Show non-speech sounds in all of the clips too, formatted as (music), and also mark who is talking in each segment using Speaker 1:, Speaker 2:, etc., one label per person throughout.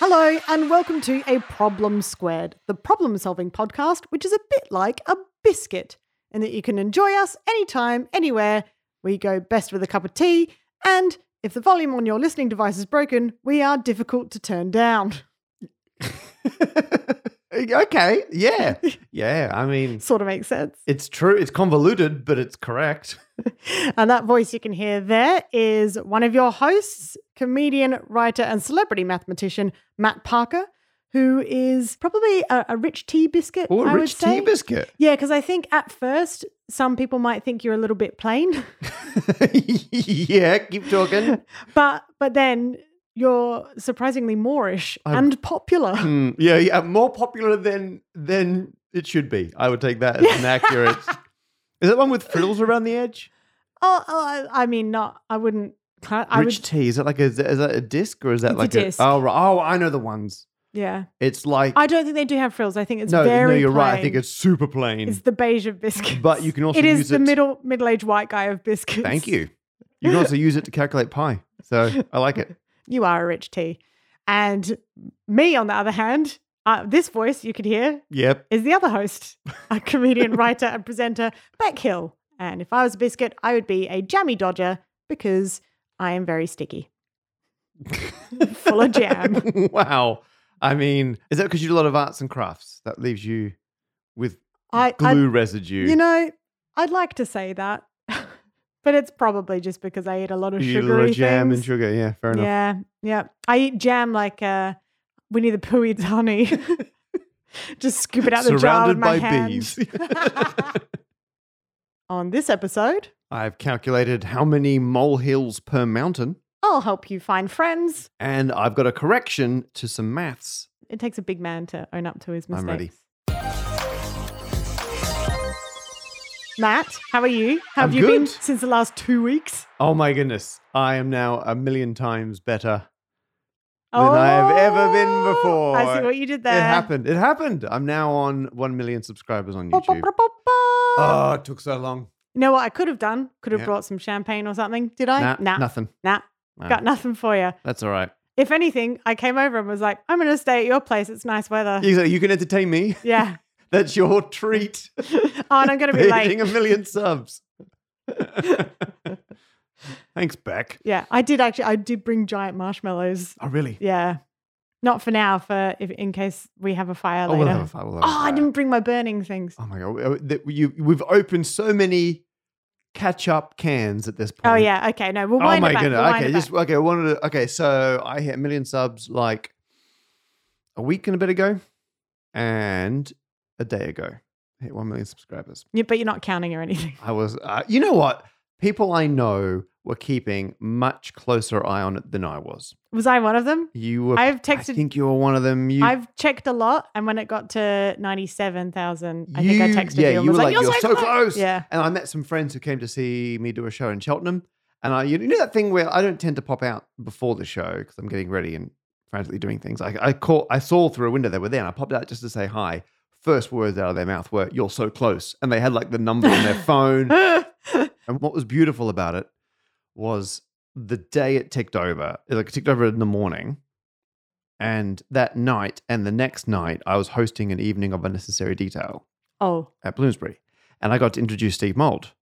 Speaker 1: Hello, and welcome to A Problem Squared, the problem solving podcast, which is a bit like a biscuit, in that you can enjoy us anytime, anywhere. We go best with a cup of tea, and if the volume on your listening device is broken, we are difficult to turn down. (laughs)
Speaker 2: (laughs) okay. Yeah. Yeah. I mean,
Speaker 1: Sort of makes sense.
Speaker 2: it's true. It's convoluted, but it's correct.
Speaker 1: And that voice you can hear there is one of your hosts, comedian, writer, and celebrity mathematician, Matt Parker, who is probably a, a rich tea biscuit.
Speaker 2: Or
Speaker 1: I
Speaker 2: a
Speaker 1: would
Speaker 2: rich
Speaker 1: say.
Speaker 2: tea biscuit.
Speaker 1: Yeah, because I think at first some people might think you're a little bit plain,
Speaker 2: (laughs)
Speaker 1: (laughs)
Speaker 2: yeah. Keep talking.
Speaker 1: but but then you're surprisingly Moorish
Speaker 2: I'm-
Speaker 1: and
Speaker 2: (laughs)
Speaker 1: popular.
Speaker 2: Hmm, yeah. Yeah. More popular than than it should be. I would take that as an accurate. (laughs) Is that one with frills around the edge?
Speaker 1: Oh, oh, I I mean, not. I wouldn't. Cla- I
Speaker 2: rich
Speaker 1: would.
Speaker 2: tea. Is that like a, is that a disc or is that
Speaker 1: It's a
Speaker 2: like
Speaker 1: disc.
Speaker 2: oh right. oh I know the ones.
Speaker 1: Yeah,
Speaker 2: It's like
Speaker 1: I don't think they do have frills. I think it's
Speaker 2: no
Speaker 1: very.
Speaker 2: no you're right. I think
Speaker 1: plain.
Speaker 2: it's super plain.
Speaker 1: It's the beige of biscuits.
Speaker 2: But you can also
Speaker 1: it is
Speaker 2: use
Speaker 1: the
Speaker 2: it-
Speaker 1: middle middle-aged white guy of biscuits.
Speaker 2: Thank you. You
Speaker 1: (laughs)
Speaker 2: can also use it to calculate pi. So I like it.
Speaker 1: You are a rich tea, and me on the other hand, uh, this voice you could hear
Speaker 2: Yep.
Speaker 1: is the other host,
Speaker 2: (laughs)
Speaker 1: a comedian, writer, and presenter, Beck Hill. And if I was a biscuit, I would be a jammy dodger because I am very sticky. (laughs) Full of jam.
Speaker 2: (laughs) wow. I mean, is that because you do a lot of arts and crafts? That leaves you with
Speaker 1: I, I
Speaker 2: glue residue.
Speaker 1: you know, I'd like to say that, (laughs) but it's probably just because I eat a lot of
Speaker 2: you eat a
Speaker 1: sugary
Speaker 2: lot of jam
Speaker 1: things.
Speaker 2: and sugar. Yeah, fair enough.
Speaker 1: yeah, yeah. I eat jam like uh, Winnie the Pooh eats honey. (laughs) just scoop it out the jar with
Speaker 2: Surrounded
Speaker 1: my
Speaker 2: by
Speaker 1: hand. (laughs)
Speaker 2: bees. (laughs)
Speaker 1: On this episode,
Speaker 2: I've calculated how many molehills per mountain,
Speaker 1: I'll help you find friends.
Speaker 2: and I've got a correction to some maths.
Speaker 1: It takes a big man to own up to his
Speaker 2: I'm
Speaker 1: mistakes.
Speaker 2: ready.
Speaker 1: Matt, how are you? How have
Speaker 2: I'm
Speaker 1: you been
Speaker 2: good.
Speaker 1: since the last two weeks?
Speaker 2: Oh my goodness. I am now a million times better. Than I have ever been before.
Speaker 1: Oh, I see what you did there.
Speaker 2: It happened. It happened. I'm now on 1 million subscribers on
Speaker 1: Ba, ba,
Speaker 2: YouTube.
Speaker 1: ba, ba, ba.
Speaker 2: Oh, it took so long.
Speaker 1: you know what I could have done? Could have
Speaker 2: Yeah.
Speaker 1: brought some champagne or something. Did I?
Speaker 2: Nah,
Speaker 1: nah,
Speaker 2: Nothing.
Speaker 1: nah.
Speaker 2: Nah,
Speaker 1: Got nothing for you.
Speaker 2: That's all right.
Speaker 1: If anything, I came over and was like, I'm going to stay at your place. It's nice weather.
Speaker 2: You you can entertain me.
Speaker 1: Yeah.
Speaker 2: That's your
Speaker 1: (laughs)
Speaker 2: treat.
Speaker 1: oh, and I'm going to
Speaker 2: (laughs)
Speaker 1: be late.
Speaker 2: Hitting a million subs. (laughs) Thanks, Beck.
Speaker 1: Yeah. I did actually, I did bring giant marshmallows.
Speaker 2: Oh, really?
Speaker 1: Yeah. Not for now, for if, in case we have a fire
Speaker 2: Oh,
Speaker 1: later.
Speaker 2: we'll have a fire. We'll have a
Speaker 1: Oh, I
Speaker 2: fire.
Speaker 1: didn't bring my burning things.
Speaker 2: Oh my god, Oh, that- you, we've opened so many catch-up cans at this point.
Speaker 1: Oh yeah, okay. No, we'll
Speaker 2: Oh
Speaker 1: wind it
Speaker 2: my
Speaker 1: back.
Speaker 2: goodness.
Speaker 1: We'll wind
Speaker 2: okay,
Speaker 1: it
Speaker 2: just
Speaker 1: back.
Speaker 2: okay. I wanted to, okay, so I hit a million subs like a week and a bit ago, and a day ago, I hit one million subscribers.
Speaker 1: Yeah, but you're not counting or anything. (laughs)
Speaker 2: I was, uh, you know what? People I know were keeping much closer eye on it than I was.
Speaker 1: Was I one of them?
Speaker 2: You were.
Speaker 1: I've
Speaker 2: I
Speaker 1: texted.
Speaker 2: think you were one of them. You,
Speaker 1: I've checked a lot, and when it got to ninety-seven thousand, I think I
Speaker 2: you-
Speaker 1: texted
Speaker 2: yeah,
Speaker 1: you. and
Speaker 2: you
Speaker 1: was
Speaker 2: were like, "You're so close."
Speaker 1: Yeah,
Speaker 2: and I met some friends who came to see me do a show in Cheltenham. And I, you know that thing where I don't tend to pop out before the show because I'm getting ready and frantically doing things. I, I caught, I saw through a window they were there, and I popped out just to say hi. First words out of their mouth were "You're so close," and they had like the number on their phone. And what was beautiful about it was the day it ticked over. It like ticked over in the morning. And that night and the next night, I was hosting an evening of unnecessary detail
Speaker 1: (laughs) oh,
Speaker 2: at Bloomsbury. And I got to introduce Steve Mould.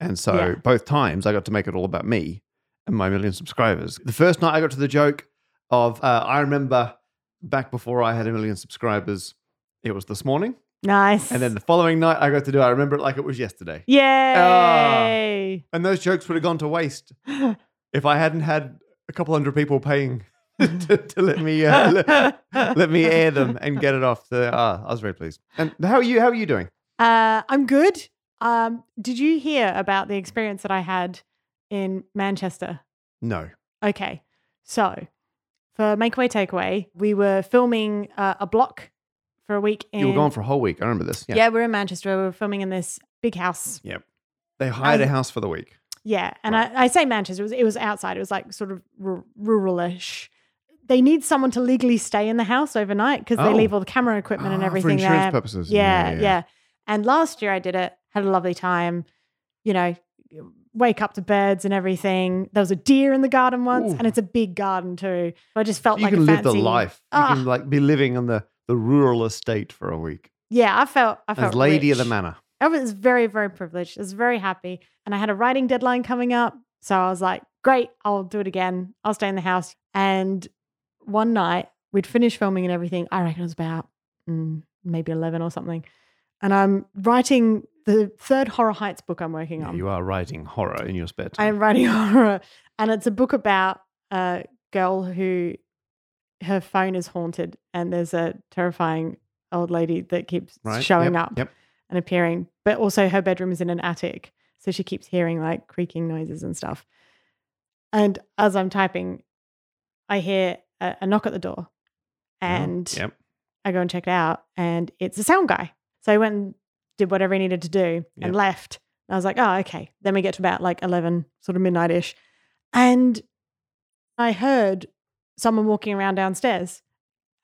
Speaker 2: And so
Speaker 1: Yeah.
Speaker 2: both times I got to make it all about me and my million subscribers. The first night I got to the joke of, uh, I remember back before I had a million subscribers, it was this morning.
Speaker 1: nice.
Speaker 2: And then the following night I got to do, I remember it like it was yesterday.
Speaker 1: yay!
Speaker 2: And those jokes would have gone
Speaker 1: (gasps)
Speaker 2: to waste if I hadn't had a couple hundred people paying (laughs) to, to let me uh, let,
Speaker 1: (laughs)
Speaker 2: (laughs) let me air them and get it off. The, ah, I was very pleased. And how are you? How are you doing?
Speaker 1: Uh, I'm good. Um, did you hear about the experience that I had in Manchester?
Speaker 2: No.
Speaker 1: Okay. So for Makeaway Takeaway, we were filming uh, a block for a week. In,
Speaker 2: You were gone for a whole week. I remember this.
Speaker 1: Yeah. we're in Manchester. We were filming in this big house.
Speaker 2: They hired
Speaker 1: I-
Speaker 2: a house for the week.
Speaker 1: Yeah. And
Speaker 2: Right.
Speaker 1: I, I say Manchester, it was, it was outside. It was like sort of r- ruralish. They need someone to legally stay in the house overnight because they
Speaker 2: Oh.
Speaker 1: leave all the camera equipment and
Speaker 2: Ah,
Speaker 1: everything
Speaker 2: (gasps) for insurance
Speaker 1: there.
Speaker 2: purposes.
Speaker 1: Yeah, yeah, And last year I did it, had a lovely time, you know, wake up to birds and everything. There was a deer in the garden once,
Speaker 2: Ooh.
Speaker 1: and it's a big garden too. So I just felt
Speaker 2: you
Speaker 1: like
Speaker 2: can
Speaker 1: a
Speaker 2: live the
Speaker 1: fancy-
Speaker 2: life.
Speaker 1: Ah.
Speaker 2: You can like be living on the, the rural estate for a week
Speaker 1: Yeah, I felt I felt
Speaker 2: as lady of the
Speaker 1: rich.
Speaker 2: manor.
Speaker 1: I was very, very privileged. I was very happy. And I had a writing deadline coming up. So I was like, great, I'll do it again. I'll stay in the house. And one night we'd finished filming and everything. I reckon it was about mm, maybe 11 or something. And I'm writing the third Horror Heights book I'm working
Speaker 2: Yeah,
Speaker 1: on.
Speaker 2: you are writing horror in your spare time.
Speaker 1: I am writing (laughs) horror. And it's a book about a girl who her phone is haunted and there's a terrifying old lady that keeps showing
Speaker 2: Yep.
Speaker 1: up
Speaker 2: Yep.
Speaker 1: and appearing, but also her bedroom is in an attic. So she keeps hearing like creaking noises and stuff. And as I'm typing, I hear a, a knock at the door
Speaker 2: Oh,
Speaker 1: and
Speaker 2: yep.
Speaker 1: I go and check it out and it's the sound guy. So I went and did whatever he needed to do
Speaker 2: Yep.
Speaker 1: and left. And I was like, oh, okay. Then we get to about like 11, sort of midnight ish. And I heard someone walking around downstairs.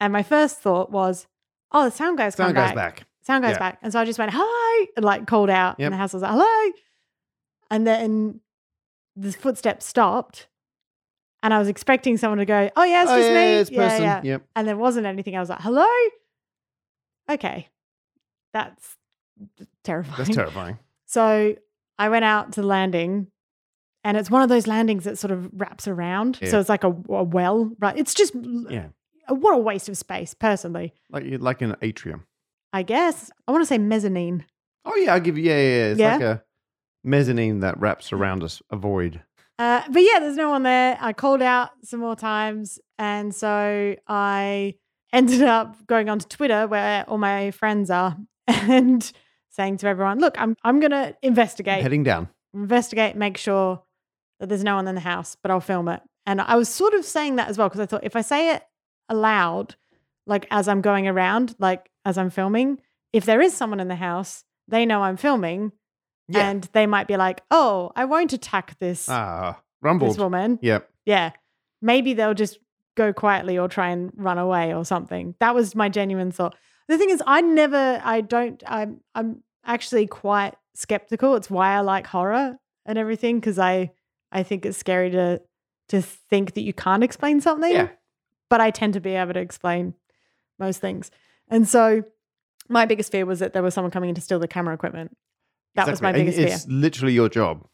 Speaker 1: And my first thought was, oh, the sound guy's
Speaker 2: Sound
Speaker 1: come
Speaker 2: goes
Speaker 1: back
Speaker 2: back.
Speaker 1: sound goes
Speaker 2: Yeah.
Speaker 1: back. And so I just went, hi, and like called out.
Speaker 2: Yep.
Speaker 1: And the house was like, hello. And then the footsteps stopped. And I was expecting someone to go, oh, yeah, it's
Speaker 2: oh,
Speaker 1: just
Speaker 2: yeah,
Speaker 1: me.
Speaker 2: yeah, it's person. Yep.
Speaker 1: And there wasn't anything. I was like, hello. Okay. That's terrifying.
Speaker 2: That's terrifying.
Speaker 1: (laughs) So I went out to the landing. And it's one of those landings that sort of wraps around.
Speaker 2: Yeah.
Speaker 1: So it's like a, a well, right? It's just,
Speaker 2: Yeah.
Speaker 1: what a waste of space, personally.
Speaker 2: Like you like an atrium.
Speaker 1: I guess. I want to say mezzanine.
Speaker 2: Oh yeah, I'll give you yeah, yeah, yeah. It's
Speaker 1: Yeah.
Speaker 2: like a mezzanine that wraps around us a void.
Speaker 1: Uh, but yeah, there's no one there. I called out some more times. And so I ended up going onto Twitter where all my friends are (laughs) and saying to everyone, look, I'm, I'm going to investigate,
Speaker 2: Heading down.
Speaker 1: investigate, make sure that there's no one in the house, but I'll film it. And I was sort of saying that as well, because I thought if I say it aloud, like as I'm going around, like as I'm filming, if there is someone in the house, they know I'm filming
Speaker 2: Yeah.
Speaker 1: and they might be like, oh, I won't attack this
Speaker 2: ah.
Speaker 1: this
Speaker 2: Rumbled.
Speaker 1: woman.
Speaker 2: Yep.
Speaker 1: Yeah. Maybe they'll just go quietly or try and run away or something. That was my genuine thought. The thing is, I never, I don't, I'm, I'm actually quite skeptical. It's why I like horror and everything because I, I think it's scary to, to think that you can't explain something.
Speaker 2: Yeah.
Speaker 1: But I tend to be able to explain most things, and so my biggest fear was that there was someone coming in to steal the camera equipment. That was my
Speaker 2: Exactly. And
Speaker 1: biggest fear.
Speaker 2: It's literally your job.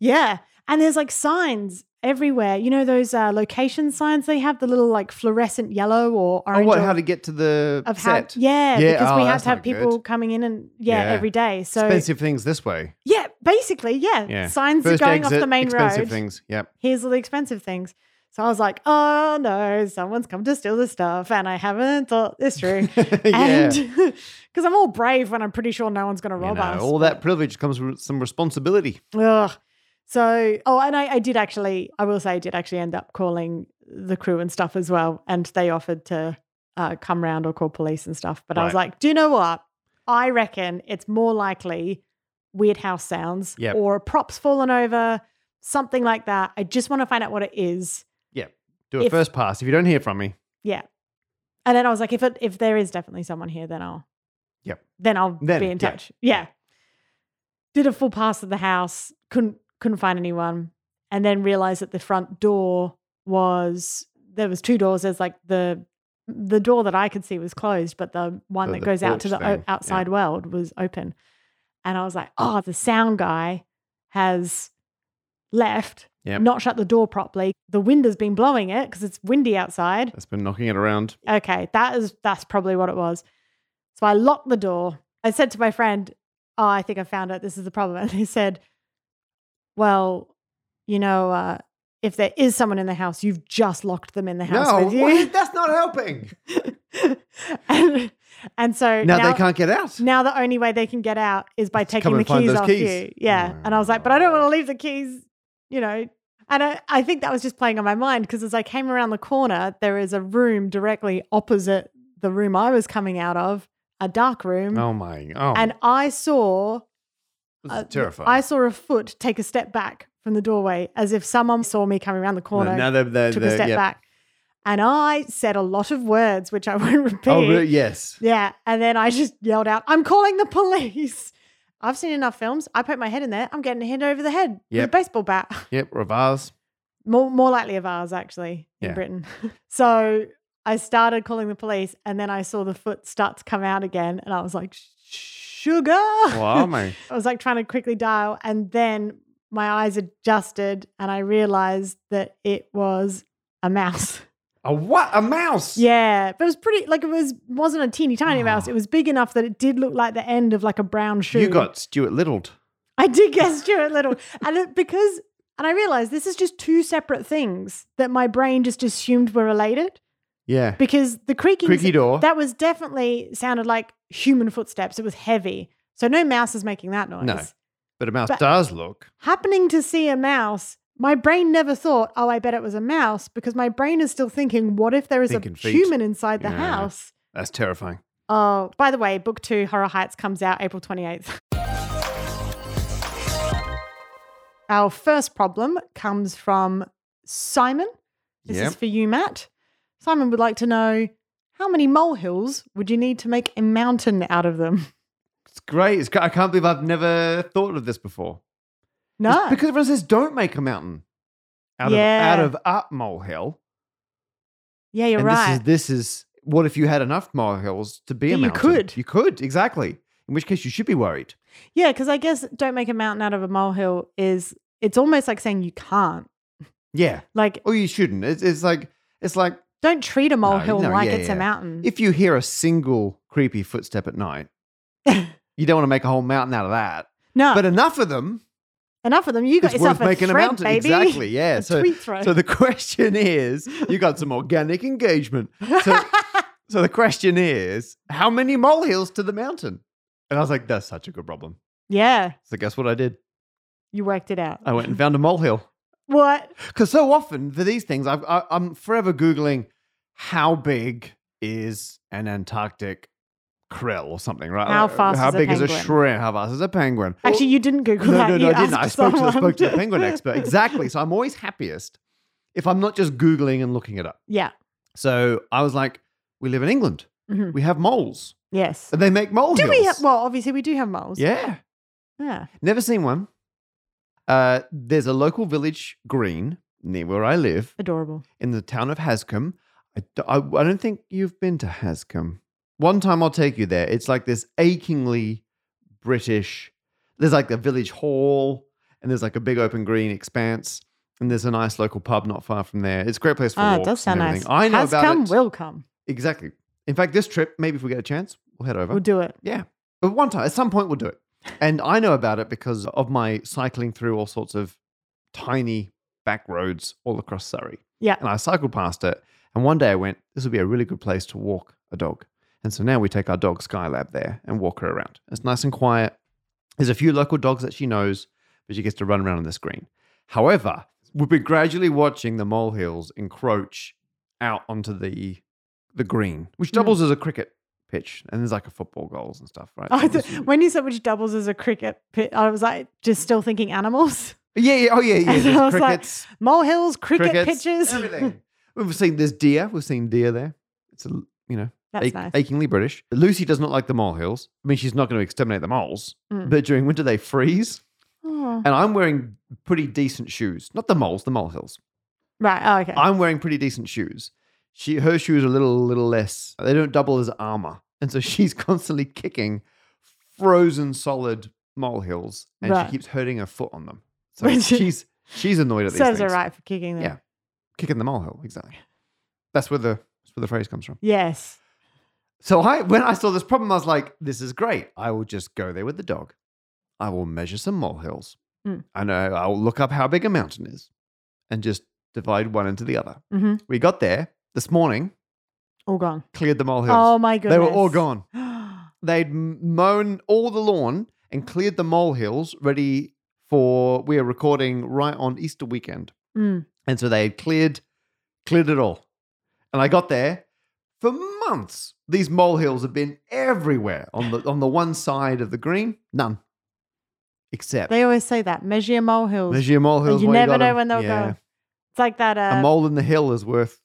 Speaker 1: Yeah. And there's like signs everywhere. You know those uh, location signs they have, the little like fluorescent yellow or
Speaker 2: Oh,
Speaker 1: orange.
Speaker 2: what?
Speaker 1: or-
Speaker 2: How to get to the
Speaker 1: of how,
Speaker 2: set?
Speaker 1: yeah,
Speaker 2: Yeah,
Speaker 1: because
Speaker 2: oh,
Speaker 1: we have
Speaker 2: that's
Speaker 1: to have
Speaker 2: not good.
Speaker 1: people coming in and yeah,
Speaker 2: Yeah.
Speaker 1: every day. So
Speaker 2: expensive things this way.
Speaker 1: yeah, basically, yeah,
Speaker 2: Yeah.
Speaker 1: signs
Speaker 2: First
Speaker 1: going
Speaker 2: exit,
Speaker 1: off the main
Speaker 2: expensive
Speaker 1: road.
Speaker 2: things. Yep. (laughs)
Speaker 1: Here's all the expensive things. So I was like, oh no, someone's come to steal this stuff, and I haven't thought this through.
Speaker 2: (laughs) yeah.
Speaker 1: (laughs) And because I'm all brave when I'm pretty sure no one's going to
Speaker 2: You
Speaker 1: rob
Speaker 2: know,
Speaker 1: us.
Speaker 2: all that privilege comes with some responsibility.
Speaker 1: Ugh. So, oh, and I, I did actually, I will say, I did actually end up calling the crew and stuff as well. And they offered to uh, come round or call police and stuff. But I was
Speaker 2: Right.
Speaker 1: like, do you know what? I reckon it's more likely weird house sounds
Speaker 2: Yep.
Speaker 1: or a props fallen over, something like that. I just want to find out what it is.
Speaker 2: Do a
Speaker 1: If-
Speaker 2: first pass. If you don't hear from me,
Speaker 1: And then I was like, if it, if there is definitely someone here, then I'll,
Speaker 2: Yep.
Speaker 1: then I'll
Speaker 2: Then,
Speaker 1: be in
Speaker 2: yeah.
Speaker 1: touch. Yeah. Did a full pass of the house, couldn't couldn't find anyone, and then realized that the front door was there was two doors. There's like the the door that I could see was closed, but the one
Speaker 2: The-
Speaker 1: that
Speaker 2: the
Speaker 1: goes out to the
Speaker 2: porch
Speaker 1: o-
Speaker 2: thing, yeah.
Speaker 1: outside world was open. And I was like, oh, the sound guy has left,
Speaker 2: Yep.
Speaker 1: not shut the door properly. The wind has been blowing it because it's windy outside
Speaker 2: that's been knocking it around.
Speaker 1: okay, that is that's probably what it was. So I locked the door. I said to my friend, "Oh, I think I found it. This is the problem." (laughs) And he said, "Well, you know, uh, if there is someone in the house, you've just locked them in the house
Speaker 2: No,
Speaker 1: with you."
Speaker 2: wait, that's not helping.
Speaker 1: (laughs) and, and so
Speaker 2: Now,
Speaker 1: now, Mm-hmm.
Speaker 2: they can't get out.
Speaker 1: now the only way they can get out is by
Speaker 2: Is to
Speaker 1: taking
Speaker 2: come
Speaker 1: the
Speaker 2: and find
Speaker 1: keys
Speaker 2: those
Speaker 1: off
Speaker 2: keys.
Speaker 1: you. Yeah. And I was like, but I don't want to leave the keys, you know. And I, I think that was just playing on my mind because as I came around the corner, there is a room directly opposite the room I was coming out of, a dark room.
Speaker 2: Oh my! Oh,
Speaker 1: And I saw
Speaker 2: this is
Speaker 1: uh,
Speaker 2: terrifying.
Speaker 1: I saw a foot take a step back from the doorway as if someone saw me coming around the corner,
Speaker 2: now they're, they're,
Speaker 1: took
Speaker 2: they're-
Speaker 1: a step
Speaker 2: yeah.
Speaker 1: back. And I said a lot of words, which I (laughs) won't repeat.
Speaker 2: Oh, really? Oh, yes.
Speaker 1: Yeah. And then I just yelled out, I'm calling the police. I've seen enough films. I poke my head in there. I'm getting hit over the head with
Speaker 2: Yep.
Speaker 1: a baseball bat. (laughs)
Speaker 2: Yep, or a vase.
Speaker 1: more more likely of ours actually in
Speaker 2: Yeah.
Speaker 1: Britain. (laughs) so I started calling the police, and then I saw the foot start to come out again, and I was like, "Sugar!"
Speaker 2: Wow, my
Speaker 1: (laughs) I was like trying to quickly dial, and then my eyes adjusted, and I realized that it was a mouse.
Speaker 2: a what? A mouse.
Speaker 1: Yeah, but it was pretty like it was wasn't a teeny tiny mouse.
Speaker 2: Ah.
Speaker 1: It was big enough that it did look like the end of like a brown shoe.
Speaker 2: You got Stuart Littled.
Speaker 1: I did get Stuart Little. And it, because, and I realized this is just two separate things that my brain just assumed were related
Speaker 2: Yeah.
Speaker 1: because the creaking,
Speaker 2: Creaky door.
Speaker 1: that was definitely sounded like human footsteps. It was heavy. So no mouse is making that noise.
Speaker 2: No. but a mouse
Speaker 1: but-
Speaker 2: does look.
Speaker 1: Happening to see a mouse, my brain never thought, oh, I bet it was a mouse because my brain is still thinking, what if there is
Speaker 2: Thinking
Speaker 1: a
Speaker 2: feet.
Speaker 1: human inside the
Speaker 2: Yeah.
Speaker 1: house?
Speaker 2: That's terrifying.
Speaker 1: Oh, by the way, book two, Horror Heights, comes out April 28th. Our first problem comes from Simon. This
Speaker 2: Yep.
Speaker 1: is for you, Matt. Simon would like to know how many molehills would you need to make a mountain out of them? (laughs)
Speaker 2: It's great. It's great. I can't believe I've never thought of this before. It's
Speaker 1: No.
Speaker 2: because everyone says don't make a mountain out
Speaker 1: Yeah.
Speaker 2: of out of up molehill.
Speaker 1: yeah, you're
Speaker 2: and
Speaker 1: right.
Speaker 2: this is this is what if you had enough molehills to be
Speaker 1: That
Speaker 2: a
Speaker 1: you
Speaker 2: mountain?
Speaker 1: could.
Speaker 2: You could exactly. In which case, you should be worried.
Speaker 1: yeah, because I guess don't make a mountain out of a molehill is it's almost like saying you can't.
Speaker 2: Yeah.
Speaker 1: Like,
Speaker 2: Or you shouldn't. It's, it's like it's like
Speaker 1: don't treat a molehill
Speaker 2: no,
Speaker 1: like
Speaker 2: yeah,
Speaker 1: it's a
Speaker 2: yeah.
Speaker 1: mountain.
Speaker 2: if you hear a single creepy footstep at night, you don't want to make a whole mountain out of
Speaker 1: (laughs)
Speaker 2: that.
Speaker 1: no,
Speaker 2: But enough of them.
Speaker 1: enough of them. Oh. You got
Speaker 2: it's
Speaker 1: yourself
Speaker 2: worth
Speaker 1: a
Speaker 2: making
Speaker 1: thread,
Speaker 2: a mountain.
Speaker 1: baby. (laughs)
Speaker 2: Exactly. Yeah.
Speaker 1: A
Speaker 2: so
Speaker 1: tweet throw.
Speaker 2: so the (laughs) question is, you got some organic engagement. So so the question is, how many molehills to the mountain? And I was like, that's such a good problem.
Speaker 1: (laughs) yeah,
Speaker 2: So guess what I did?
Speaker 1: you worked it out.
Speaker 2: I went and found a molehill.
Speaker 1: what?
Speaker 2: Because so often for these things, I've, I, I'm forever Googling how big is an Antarctic krill or something, right?
Speaker 1: How
Speaker 2: Uh,
Speaker 1: fast
Speaker 2: How
Speaker 1: is a
Speaker 2: big is a
Speaker 1: penguin?
Speaker 2: shrimp? How fast is a penguin?
Speaker 1: Actually, you didn't Google
Speaker 2: Oh, no,
Speaker 1: that.
Speaker 2: no, no,
Speaker 1: you
Speaker 2: I didn't. I
Speaker 1: asked
Speaker 2: spoke, to, I
Speaker 1: someone.
Speaker 2: spoke to the
Speaker 1: (laughs)
Speaker 2: penguin expert. Exactly. So I'm always happiest if I'm not just Googling and looking it up.
Speaker 1: Yeah.
Speaker 2: So I was like, we live in England.
Speaker 1: Mhm.
Speaker 2: We have moles.
Speaker 1: Yes.
Speaker 2: And they make molehills.
Speaker 1: Do we have? Well, obviously we do have moles.
Speaker 2: Yeah.
Speaker 1: Yeah.
Speaker 2: Never seen one. Uh, there's a local village green near where I live
Speaker 1: Adorable.
Speaker 2: in the town of Hascombe. I, d- I- I don't think you've been to Hascombe. One time I'll take you there. It's like this achingly British. There's like the village hall, and there's like a big open green expanse, and there's a nice local pub not far from there. It's a great place for
Speaker 1: Ah, it
Speaker 2: walks
Speaker 1: does sound
Speaker 2: and
Speaker 1: nice.
Speaker 2: everything. I know
Speaker 1: Has
Speaker 2: about
Speaker 1: come,
Speaker 2: it
Speaker 1: will come.
Speaker 2: exactly. In fact, this trip, maybe if we get a chance, we'll head over.
Speaker 1: We'll do it.
Speaker 2: Yeah. But one time, at some point, we'll do it. And I know about it because of my cycling through all sorts of tiny back roads all across Surrey.
Speaker 1: Yeah.
Speaker 2: And I cycled past it. And one day I went, this would be a really good place to walk a dog. And so now we take our dog Skylab there and walk her around. It's nice and quiet. There's a few local dogs that she knows, but she gets to run around on the screen. However, we've been gradually watching the molehills encroach out onto the the green, which
Speaker 1: Mm.
Speaker 2: doubles as a cricket pitch, and there's like a football goals and stuff, right?
Speaker 1: I
Speaker 2: So
Speaker 1: th-
Speaker 2: this-
Speaker 1: when you said which doubles as a cricket pit, I was like just still thinking animals, (laughs)
Speaker 2: yeah, yeah, oh yeah, yeah.
Speaker 1: And I
Speaker 2: there's
Speaker 1: was like,
Speaker 2: crickets,
Speaker 1: molehills, cricket
Speaker 2: crickets,
Speaker 1: pitches.
Speaker 2: everything. We've seen there's deer. We've seen deer there. It's a you know
Speaker 1: That's
Speaker 2: ach-
Speaker 1: nice.
Speaker 2: achingly British. Lucy does not like the molehills. I mean, she's not going to exterminate the moles,
Speaker 1: Mm.
Speaker 2: but during winter they freeze.
Speaker 1: Oh.
Speaker 2: And I'm wearing pretty decent shoes, not the moles, the molehills.
Speaker 1: Right. Oh, okay.
Speaker 2: I'm wearing pretty decent shoes. She her shoes are a little little less. They don't double as armor, and so (laughs) she's constantly kicking frozen solid molehills, and
Speaker 1: Right.
Speaker 2: she keeps hurting her foot on them. So
Speaker 1: Which-
Speaker 2: she's she's annoyed at these
Speaker 1: Serves her
Speaker 2: things.
Speaker 1: right for kicking them.
Speaker 2: Yeah. Kicking the molehill, exactly. That's where the that's where the phrase comes from.
Speaker 1: Yes.
Speaker 2: So I when I saw this problem, I was like, this is great. I will just go there with the dog. I will measure some molehills.
Speaker 1: Mm.
Speaker 2: I know I'll look up how big a mountain is and just divide one into the other.
Speaker 1: hmm
Speaker 2: We got there this morning,
Speaker 1: All gone.
Speaker 2: cleared the molehills.
Speaker 1: Oh my goodness.
Speaker 2: they were all gone.
Speaker 1: gone.
Speaker 2: They'd m- mown all the lawn and cleared the molehills ready for we are recording right on Easter weekend.
Speaker 1: (gasps) Mm.
Speaker 2: And so they had cleared cleared it all. And I got there for months. These molehills have been everywhere on the on the one side of the green, none. Except
Speaker 1: They always say that. Measure your molehills.
Speaker 2: there's your molehills.
Speaker 1: and you
Speaker 2: where
Speaker 1: never
Speaker 2: got
Speaker 1: know
Speaker 2: 'em.
Speaker 1: when they'll
Speaker 2: yeah.
Speaker 1: go. It's like that
Speaker 2: A
Speaker 1: uh,
Speaker 2: mole in the hill is worth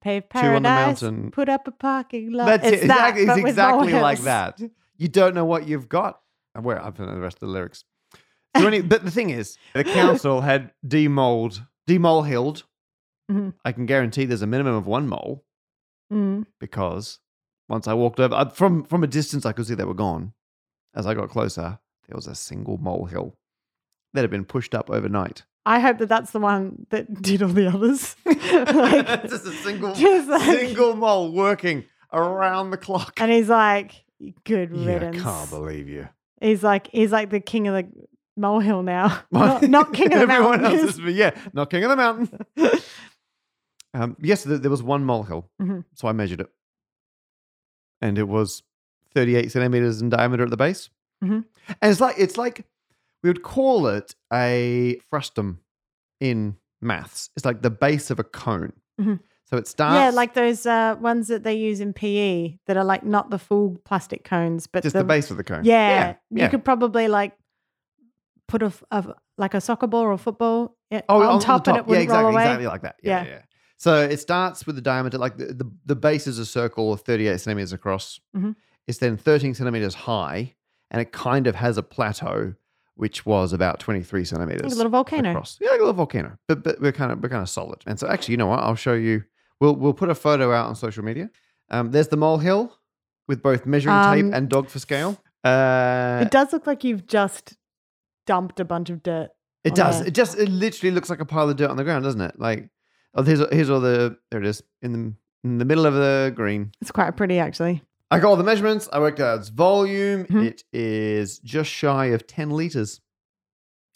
Speaker 1: paved
Speaker 2: two on the
Speaker 1: paradise.
Speaker 2: mountain.
Speaker 1: Put up a parking lot.
Speaker 2: That's
Speaker 1: it's
Speaker 2: it.
Speaker 1: that,
Speaker 2: Exactly, it's
Speaker 1: but with
Speaker 2: exactly like
Speaker 1: molehills.
Speaker 2: that. You don't know what you've got. I where I don't know the rest of the lyrics. So any, but the thing is, the council had demold, demole hilled.
Speaker 1: Mhm.
Speaker 2: I can guarantee there's a minimum of one mole
Speaker 1: Mm.
Speaker 2: because once I walked over I, from from a distance, I could see they were gone. As I got closer, there was a single mole hill that had been pushed up overnight.
Speaker 1: I hope that that's the one that (laughs) did all the
Speaker 2: (laughs)
Speaker 1: others. (laughs) Like,
Speaker 2: just a
Speaker 1: (laughs)
Speaker 2: single
Speaker 1: just like-
Speaker 2: single mole working around the
Speaker 1: (laughs)
Speaker 2: clock.
Speaker 1: And he's like, good
Speaker 2: yeah, I
Speaker 1: riddance.
Speaker 2: can't believe you.
Speaker 1: he's like, he's like the king of the molehill
Speaker 2: (laughs)
Speaker 1: now. not, not king of the
Speaker 2: Everyone
Speaker 1: mountain.
Speaker 2: Else is, but yeah, not king of the
Speaker 1: (laughs)
Speaker 2: mountain. um, yes, th- there was one molehill,
Speaker 1: Mhm.
Speaker 2: so I measured it, and it was thirty-eight centimeters in diameter at the base.
Speaker 1: Mhm.
Speaker 2: And it's like it's like we would call it a frustum in maths. It's like the base of a cone.
Speaker 1: Mhm.
Speaker 2: So it starts.
Speaker 1: yeah, like those uh, ones that they use in PE that are like not the full plastic cones, but
Speaker 2: just the, base of the cone.
Speaker 1: Yeah,
Speaker 2: yeah.
Speaker 1: you could probably like put a, f- a- like a soccer ball or football i-
Speaker 2: Oh,
Speaker 1: on,
Speaker 2: on the
Speaker 1: top, and it
Speaker 2: yeah,
Speaker 1: wouldn't
Speaker 2: exactly,
Speaker 1: roll away.
Speaker 2: exactly like that. Yeah,
Speaker 1: Yeah.
Speaker 2: yeah. yeah. So it starts with the diameter, like the, the, the base is a circle of 38 centimeters across.
Speaker 1: Mhm.
Speaker 2: It's then 13 centimeters high, and it kind of has a plateau, which was about 23 centimeters
Speaker 1: Like a little volcano.
Speaker 2: across. Yeah, like a little volcano. But but we're kind of we're kind of solid. And so actually, you know what? I'll show you. We'll we'll put a photo out on social media. Um, there's the molehill with both measuring
Speaker 1: Um,
Speaker 2: tape and dog for scale. Uh,
Speaker 1: it does look like you've just dumped a bunch of dirt.
Speaker 2: It
Speaker 1: on
Speaker 2: does.
Speaker 1: there.
Speaker 2: It just it literally looks like a pile of dirt on the ground, doesn't it? Like, oh, here's here's all the there it is in the in the middle of the green.
Speaker 1: It's quite pretty, actually.
Speaker 2: I got all the measurements. I worked out its volume.
Speaker 1: Mhm.
Speaker 2: It is just shy of ten liters.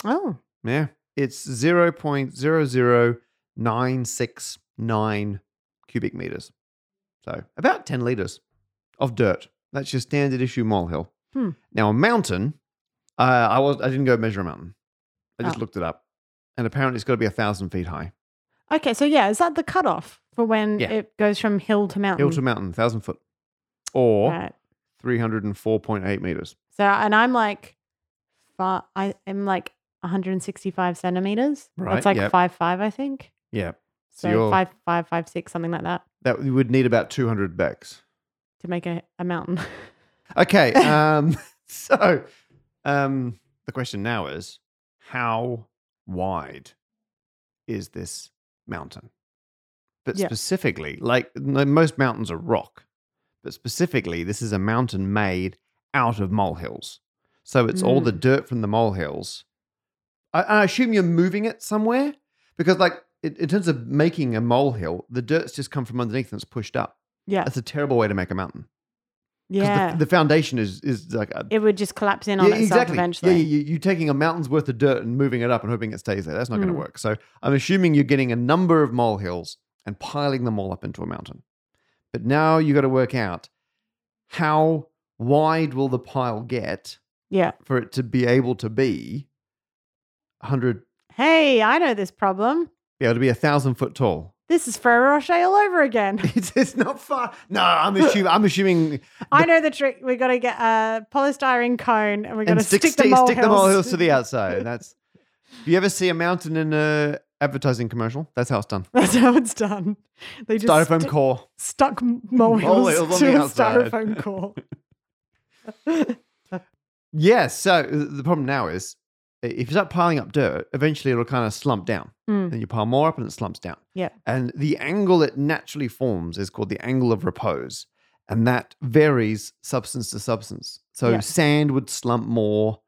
Speaker 1: Oh,
Speaker 2: Yeah, it's zero point zero zero nine six nine cubic meters. So about ten liters of dirt. That's your standard issue molehill.
Speaker 1: Hmm.
Speaker 2: Now a mountain, uh, I was I didn't go measure a mountain. I just
Speaker 1: Oh.
Speaker 2: looked it up, and apparently it's got to be a thousand feet high.
Speaker 1: okay. So yeah, is that the cutoff for when
Speaker 2: Yeah.
Speaker 1: it goes from hill to mountain?
Speaker 2: Hill to mountain, thousand foot, or
Speaker 1: Um. Right.
Speaker 2: three hundred and four point eight meters.
Speaker 1: So and I'm like, fi- I am like 165 centimeters.
Speaker 2: Right,
Speaker 1: That's like
Speaker 2: yep.
Speaker 1: five five, I think.
Speaker 2: Yeah,
Speaker 1: So,
Speaker 2: So you're-
Speaker 1: five five five six, something like that,
Speaker 2: that you would need about two hundred becks.
Speaker 1: to make a, a mountain. (laughs)
Speaker 2: Okay, um, (laughs) so um, the question now is, how wide is this mountain? But
Speaker 1: Yeah.
Speaker 2: specifically, like no- most mountains are rock, but specifically, this is a mountain made out of molehills. So it's all the
Speaker 1: Mm.
Speaker 2: dirt from the molehills. I, I assume you're moving it somewhere because, like, in in terms of making a molehill, the dirt's just come from underneath and it's pushed up.
Speaker 1: yeah,
Speaker 2: That's a terrible way to make a mountain. 'Cause
Speaker 1: yeah.
Speaker 2: The, the foundation is is like a,
Speaker 1: it would just collapse in on itself eventually.
Speaker 2: Yeah, you, you're taking a mountain's worth of dirt and moving it up and hoping it stays there. That's not going
Speaker 1: Mm.
Speaker 2: to work. So I'm assuming you're getting a number of molehills and piling them all up into a mountain. But now you got to work out how wide will the pile get
Speaker 1: yeah.
Speaker 2: for it to be able to be 100,
Speaker 1: Hey, I know this problem.
Speaker 2: be able to be a thousand foot tall. (laughs)
Speaker 1: This is Ferrero Rocher all over again.
Speaker 2: It's, it's not far. No, I'm assuming. I'm assuming.
Speaker 1: I know the trick. We're gonna get a polystyrene cone and we're gonna
Speaker 2: And
Speaker 1: stick,
Speaker 2: stick,
Speaker 1: the
Speaker 2: stick,
Speaker 1: molehills.
Speaker 2: stick the molehills to the outside. That's. If you ever see a mountain in a advertising commercial, that's how it's done.
Speaker 1: (laughs) That's how it's done. They just
Speaker 2: styrofoam
Speaker 1: st-
Speaker 2: core.
Speaker 1: stuck
Speaker 2: (laughs)
Speaker 1: molehills
Speaker 2: Molehills on
Speaker 1: to
Speaker 2: the
Speaker 1: a
Speaker 2: outside. (laughs)
Speaker 1: styrofoam core.
Speaker 2: Yes. So uh, the problem now is i- if you start piling up dirt, eventually it'll kind of slump down.
Speaker 1: Mm.
Speaker 2: Then you pile more up and it slumps down.
Speaker 1: Yeah.
Speaker 2: And the angle it naturally forms is called the angle of repose. And that varies substance to substance. So
Speaker 1: Yeah.
Speaker 2: sand would slump more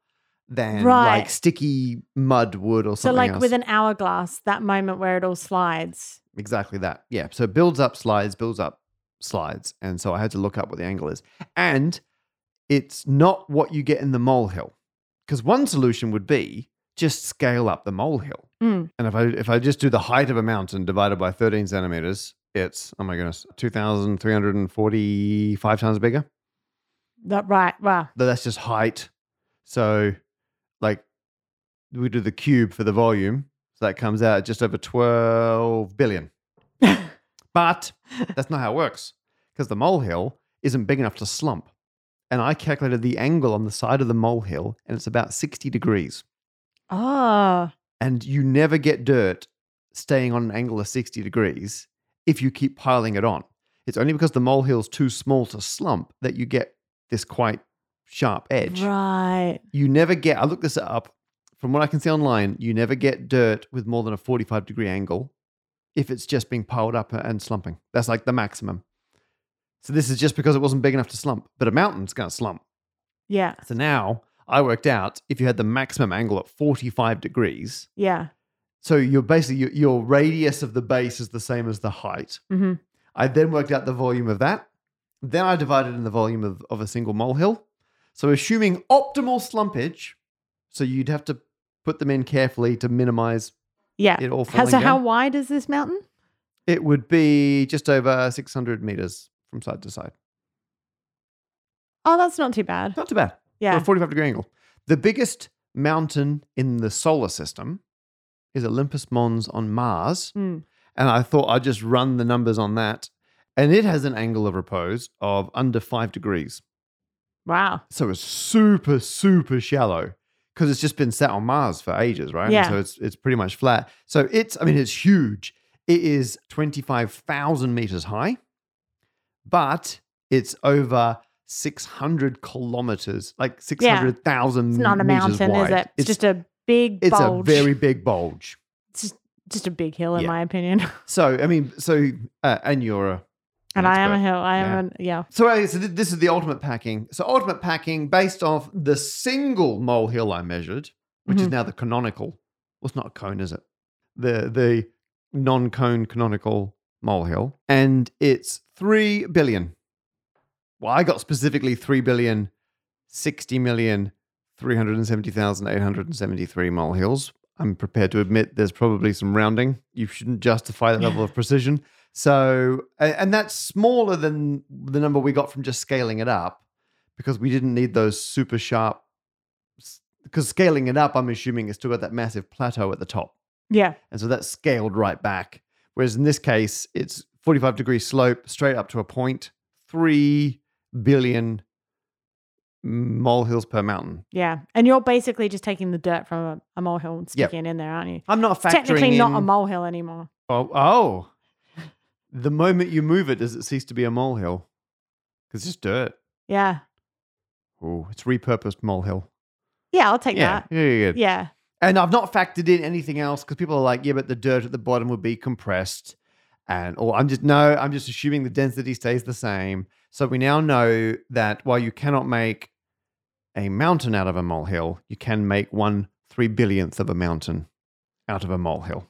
Speaker 2: than
Speaker 1: Right.
Speaker 2: like sticky mud would or
Speaker 1: So,
Speaker 2: something
Speaker 1: like
Speaker 2: else.
Speaker 1: with an hourglass, that moment where it all slides.
Speaker 2: Exactly that. Yeah. So it builds up slides, builds up slides. And so I had to look up what the angle is. And it's not what you get in the molehill. Because one solution would be just scale up the molehill.
Speaker 1: Mm.
Speaker 2: And if I if I just do the height of a mountain divided by 13 centimeters, it's oh my goodness, 2,345 times bigger.
Speaker 1: That right. Wow. (laughs)
Speaker 2: Though that's just height. So like we do the cube for the volume. So that comes out at just over 12 billion. But that's not how it works because the molehill isn't big enough to slump. And I calculated the angle on the side of the molehill and it's about 60 degrees.
Speaker 1: oh.
Speaker 2: And you never get dirt staying on an angle of 60 degrees if you keep piling it on. It's only because the molehill's too small to slump that you get this quite sharp edge.
Speaker 1: Right.
Speaker 2: You never get, I looked this up from what I can see online, you never get dirt with more than a 45 degree angle if it's just being piled up and slumping. That's like the maximum. So this is just because it wasn't big enough to slump, but a mountain's going to slump.
Speaker 1: Yeah.
Speaker 2: So now I worked out if you had the maximum angle at 45 degrees.
Speaker 1: Yeah.
Speaker 2: So you're basically, your, your radius of the base is the same as the height.
Speaker 1: hmm
Speaker 2: I then worked out the volume of that. Then I divided in the volume of, of a single molehill. So assuming optimal slumpage, so you'd have to put them in carefully to minimize
Speaker 1: Yeah.
Speaker 2: it all
Speaker 1: How,
Speaker 2: falling
Speaker 1: so, how
Speaker 2: down.
Speaker 1: wide is this mountain?
Speaker 2: It would be just over 600 meters from side to side.
Speaker 1: Oh, that's not too bad.
Speaker 2: Not too bad. For
Speaker 1: Yeah.
Speaker 2: a 45 degree angle. The biggest mountain in the solar system is Olympus Mons on Mars.
Speaker 1: Mm.
Speaker 2: And I thought I'd just run the numbers on that. And it has an angle of repose of under five degrees.
Speaker 1: Wow.
Speaker 2: so it's super super shallow because it's just been sat on Mars for ages, right? And
Speaker 1: Yeah.
Speaker 2: So it's it's pretty much flat. So it's I mean it's huge. It is twenty five thousand meters high, but it's over six hundred kilometers, like six hundred thousand.
Speaker 1: It's not a mountain, is it? It's, just a big
Speaker 2: it's
Speaker 1: bulge.
Speaker 2: a very big bulge.
Speaker 1: it's just, just a big hill, in
Speaker 2: Yeah.
Speaker 1: my opinion. (laughs)
Speaker 2: So I mean, so uh, and you're a
Speaker 1: and I am a hill. I
Speaker 2: Yeah.
Speaker 1: am an, yeah.
Speaker 2: So, uh, so th- this is the ultimate packing. So ultimate packing based off the single molehill I measured, which is
Speaker 1: Mhm.
Speaker 2: now the canonical. Well, it's not a cone, is it? The the non-cone canonical molehill, and it's three billion. Well, I got specifically three billion, sixty million, three hundred and seventy thousand eight hundred and seventy-three molehills. I'm prepared to admit there's probably some rounding. You shouldn't justify that level of precision. So, a- and that's smaller than the number we got from just scaling it up because we didn't need those super sharp. Because scaling it up, I'm assuming it's still got that massive plateau at the top.
Speaker 1: Yeah.
Speaker 2: And so that's scaled right back. Whereas in this case, it's 45 degree slope straight up to a point, 3 billion molehills per mountain.
Speaker 1: Yeah. And you're basically just taking the dirt from a, a molehill and
Speaker 2: Yep.
Speaker 1: sticking it in there, aren't you?
Speaker 2: I'm not factoring
Speaker 1: Technically not a
Speaker 2: in-
Speaker 1: molehill anymore.
Speaker 2: Oh, oh. the moment you move it, does it cease to be a molehill? Because it's just dirt.
Speaker 1: Yeah.
Speaker 2: Oh, it's repurposed molehill.
Speaker 1: Yeah, I'll take
Speaker 2: Yeah,
Speaker 1: that.
Speaker 2: yeah, yeah, yeah.
Speaker 1: Yeah.
Speaker 2: And I've not factored in anything else because people are like, yeah, but the dirt at the bottom would be compressed. And or I'm just no, I'm just assuming the density stays the same. So we now know that while you cannot make a mountain out of a molehill, you can make one three billionth of a mountain out of a molehill.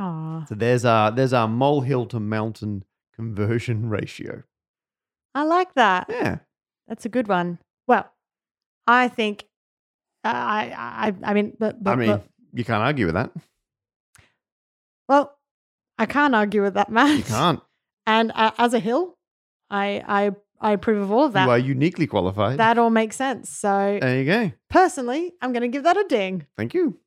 Speaker 1: Aw.
Speaker 2: So there's our there's our molehill to mountain conversion (laughs) ratio.
Speaker 1: I like that.
Speaker 2: Yeah.
Speaker 1: That's a good one. Well, I think uh, I I I mean but, but
Speaker 2: I mean,
Speaker 1: but-
Speaker 2: you can't argue with that.
Speaker 1: well, I can't argue with that, (laughs) Matt.
Speaker 2: You can't.
Speaker 1: And uh, as a hill, I I I approve of all of
Speaker 2: you are
Speaker 1: that.
Speaker 2: uniquely qualified.
Speaker 1: That all makes sense. So
Speaker 2: there you go.
Speaker 1: personally, I'm going to give that a ding.
Speaker 2: Thank you.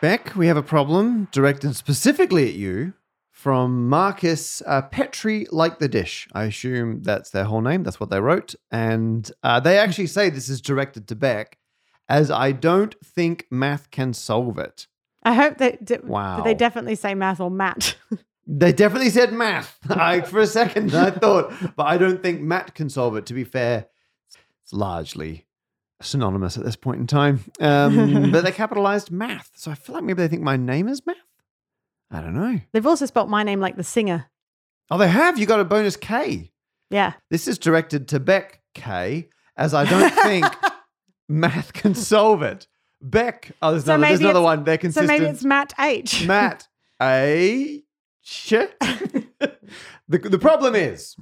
Speaker 2: Beck, we have a problem directed specifically at you from Marcus uh, Petri Like the Dish. I assume that's their whole name. That's what they wrote. And uh, they actually say this is directed to Beck as I don't think math can solve it.
Speaker 1: I hope that d-
Speaker 2: Wow.
Speaker 1: that they definitely say math or Matt. (laughs)
Speaker 2: They definitely said math. (laughs) I, for a second, I thought, but I don't think Matt can solve it. To be fair, it's largely synonymous at this point in time.
Speaker 1: (laughs)
Speaker 2: Um, but they capitalized math. So I feel like maybe they think my name is math. I don't know.
Speaker 1: They've also spelt my name like the singer.
Speaker 2: Oh, they have. You got a bonus K.
Speaker 1: Yeah.
Speaker 2: This is directed to Beck K, as I don't
Speaker 1: (laughs)
Speaker 2: think math can solve it. Beck, oh, there's
Speaker 1: So
Speaker 2: another, there's
Speaker 1: maybe
Speaker 2: another
Speaker 1: it's-
Speaker 2: one. They're
Speaker 1: So
Speaker 2: consistent.
Speaker 1: maybe it's Matt H.
Speaker 2: Matt A. Shit. the, the problem is,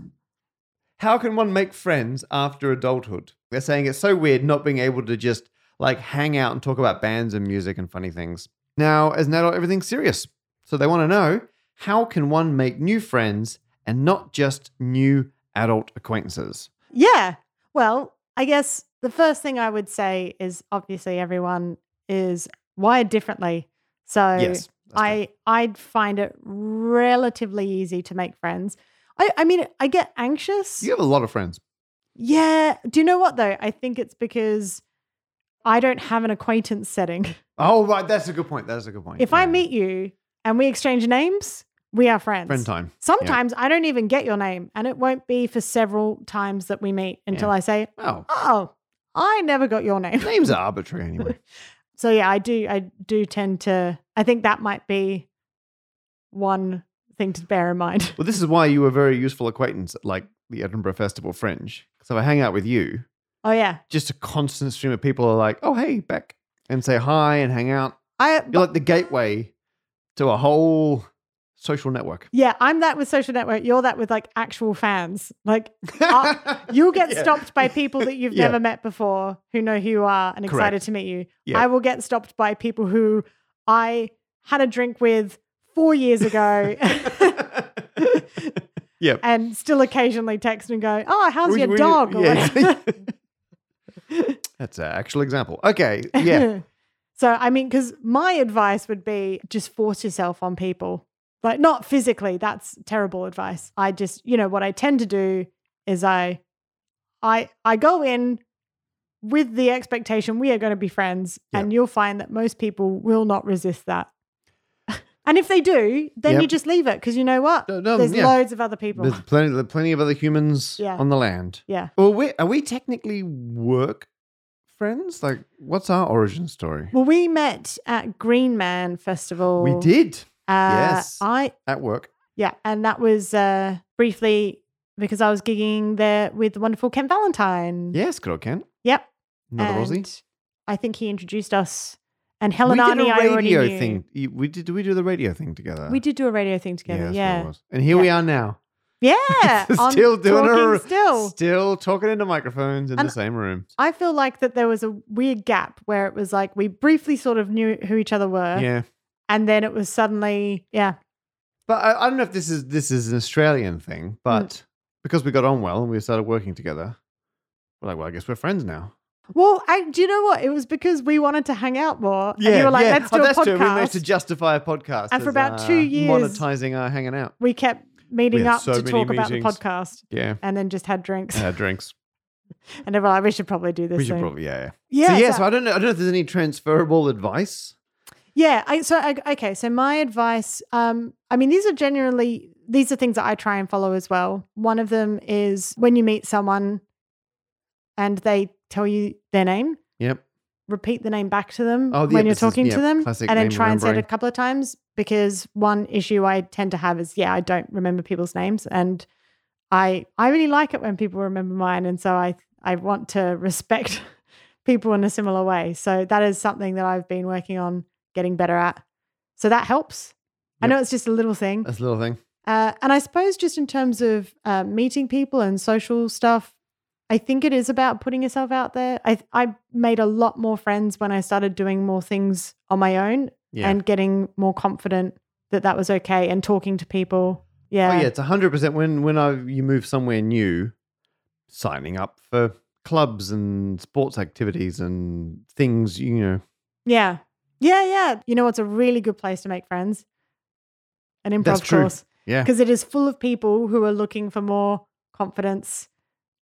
Speaker 2: how can one make friends after adulthood? They're saying it's so weird not being able to just like hang out and talk about bands and music and funny things. Now, as an adult, everything's serious. So they want to know how can one make new friends and not just new adult acquaintances?
Speaker 1: (laughs) Yeah. Well, I guess the first thing I would say is obviously everyone is wired differently. So
Speaker 2: yes. that's true.
Speaker 1: I I'd find it relatively easy to make friends. I, I mean I get anxious.
Speaker 2: You have a lot of friends.
Speaker 1: Yeah. Do you know what though? I think it's because I don't have an acquaintance setting.
Speaker 2: Oh, right. That's a good point. That's a good point.
Speaker 1: If I
Speaker 2: Yeah.
Speaker 1: meet you and we exchange names, We are friends.
Speaker 2: Friend time.
Speaker 1: Sometimes I don't even get your name, and it won't be for several times that we meet until
Speaker 2: Yeah.
Speaker 1: I say,
Speaker 2: Wow.
Speaker 1: "Oh, I never got your name."
Speaker 2: Names are arbitrary anyway.
Speaker 1: (laughs) So yeah, I do. I do tend to. I think that might be one thing to bear in mind. (laughs)
Speaker 2: Well, this is why you were a very useful acquaintance at like the Edinburgh Festival Fringe. So I hang out with you,
Speaker 1: Oh yeah,
Speaker 2: just a constant stream of people are like, oh, hey, Beck, and say hi and hang out.
Speaker 1: I
Speaker 2: You're like the gateway to a whole social network.
Speaker 1: yeah. I'm that with social network. You're that with like actual fans. Like
Speaker 2: (laughs)
Speaker 1: you'll get
Speaker 2: Yeah.
Speaker 1: stopped by people that you've
Speaker 2: Yeah.
Speaker 1: never met before who know who you are and excited
Speaker 2: Correct.
Speaker 1: to meet you.
Speaker 2: Yeah.
Speaker 1: I will get stopped by people who I had a drink with four years
Speaker 2: (laughs)
Speaker 1: ago (laughs)
Speaker 2: yep.
Speaker 1: and still occasionally text and go, "Oh, how's
Speaker 2: We-
Speaker 1: your
Speaker 2: we-
Speaker 1: dog?" Or
Speaker 2: yeah.
Speaker 1: whatever.
Speaker 2: (laughs) That's an actual example. Okay. Yeah.
Speaker 1: (laughs) so, I mean, because my advice would be just force yourself on people. Like, not physically, that's terrible advice. I just, you know, what I tend to do is I, I, I go in with the expectation we are going to be friends, and you'll find that most people will not resist that. (laughs) and if they do, then
Speaker 2: Yep.
Speaker 1: you just leave it because you know what?
Speaker 2: No, no,
Speaker 1: There's
Speaker 2: yeah.
Speaker 1: loads of other people.
Speaker 2: There's plenty, there are plenty of other humans
Speaker 1: Yeah.
Speaker 2: on the land.
Speaker 1: yeah.
Speaker 2: Well, we are we technically work friends? Like, what's our origin story?
Speaker 1: Well, we met at Green Man Festival.
Speaker 2: We did
Speaker 1: Uh,
Speaker 2: Yes.
Speaker 1: I
Speaker 2: at work.
Speaker 1: Yeah, and that was uh, briefly because I was gigging there with the wonderful Ken Valentine.
Speaker 2: Yes, good old Ken.
Speaker 1: Yep.
Speaker 2: Another
Speaker 1: and
Speaker 2: Aussie.
Speaker 1: I think he introduced us. And
Speaker 2: We
Speaker 1: Helen
Speaker 2: did
Speaker 1: Arney,
Speaker 2: a
Speaker 1: I already
Speaker 2: radio
Speaker 1: knew.
Speaker 2: thing. You- We did. Did we do the radio thing together?
Speaker 1: We did do a radio thing
Speaker 2: Yeah,
Speaker 1: together.
Speaker 2: that's what it
Speaker 1: Yeah,
Speaker 2: was. And here we
Speaker 1: Yeah.
Speaker 2: are now, (laughs)
Speaker 1: yeah. on
Speaker 2: Still doing a-
Speaker 1: Talking still.
Speaker 2: still talking into microphones in
Speaker 1: Oh. And-
Speaker 2: the same room.
Speaker 1: I feel like that there was a weird gap where it was like we briefly sort of knew who each other were,
Speaker 2: yeah,
Speaker 1: and then it was suddenly, yeah,
Speaker 2: but I, I don't know if this is this is an Australian
Speaker 1: Mm.
Speaker 2: thing, but because we got on well and we started working together, we're like, well, I guess we're friends now.
Speaker 1: Well, I, do you know what? It was because we wanted to hang out more. and you were like, let's do
Speaker 2: Oh,
Speaker 1: a
Speaker 2: that's true. We
Speaker 1: podcast.
Speaker 2: managed to justify a podcast,
Speaker 1: And for
Speaker 2: as, uh,
Speaker 1: about two years-
Speaker 2: monetizing our hanging out.
Speaker 1: we kept meeting
Speaker 2: had
Speaker 1: up
Speaker 2: so
Speaker 1: to
Speaker 2: many
Speaker 1: talk about the
Speaker 2: meetings.
Speaker 1: podcast (laughs)
Speaker 2: Yeah,
Speaker 1: and then just had drinks.
Speaker 2: and our drinks.
Speaker 1: and everyone, like, we should probably do this.
Speaker 2: we should
Speaker 1: soon."
Speaker 2: probably, yeah.
Speaker 1: yeah.
Speaker 2: yeah. so, yeah,
Speaker 1: so-
Speaker 2: so I don't know. I don't know if there's any transferable advice.
Speaker 1: Yeah. I, so, I, okay. So, my advice um, I mean, these are generally, these are things that I try and follow as well. One of them is when you meet someone and they tell you their name,
Speaker 2: Yep.
Speaker 1: repeat the name back to them
Speaker 2: Oh, yeah,
Speaker 1: when you're
Speaker 2: this is-
Speaker 1: talking
Speaker 2: yeah,
Speaker 1: to them
Speaker 2: classic
Speaker 1: and then
Speaker 2: name
Speaker 1: try and say it a
Speaker 2: remembering.
Speaker 1: couple of times because one issue I tend to have is yeah I don't remember people's names and I I really like it when people remember mine and so I I want to (laughs) respect people in a similar way so that is something that I've been working on getting better at so that helps I
Speaker 2: Yep.
Speaker 1: know it's just a little thing
Speaker 2: That's a little thing.
Speaker 1: uh, and I suppose just in terms of uh, meeting people and social stuff, I think it is about putting yourself out there. I I made a lot more friends when I started doing more things on my own
Speaker 2: Yeah.
Speaker 1: and getting more confident that that was okay and talking to people. Yeah.
Speaker 2: Oh yeah, it's hundred percent. When when I you move somewhere new, signing up for clubs and sports activities and things, you know,
Speaker 1: Yeah. Yeah, yeah. You know what's a really good place to make friends? An improv
Speaker 2: That's true.
Speaker 1: course.
Speaker 2: Yeah.
Speaker 1: Because it is full of people who are looking for more confidence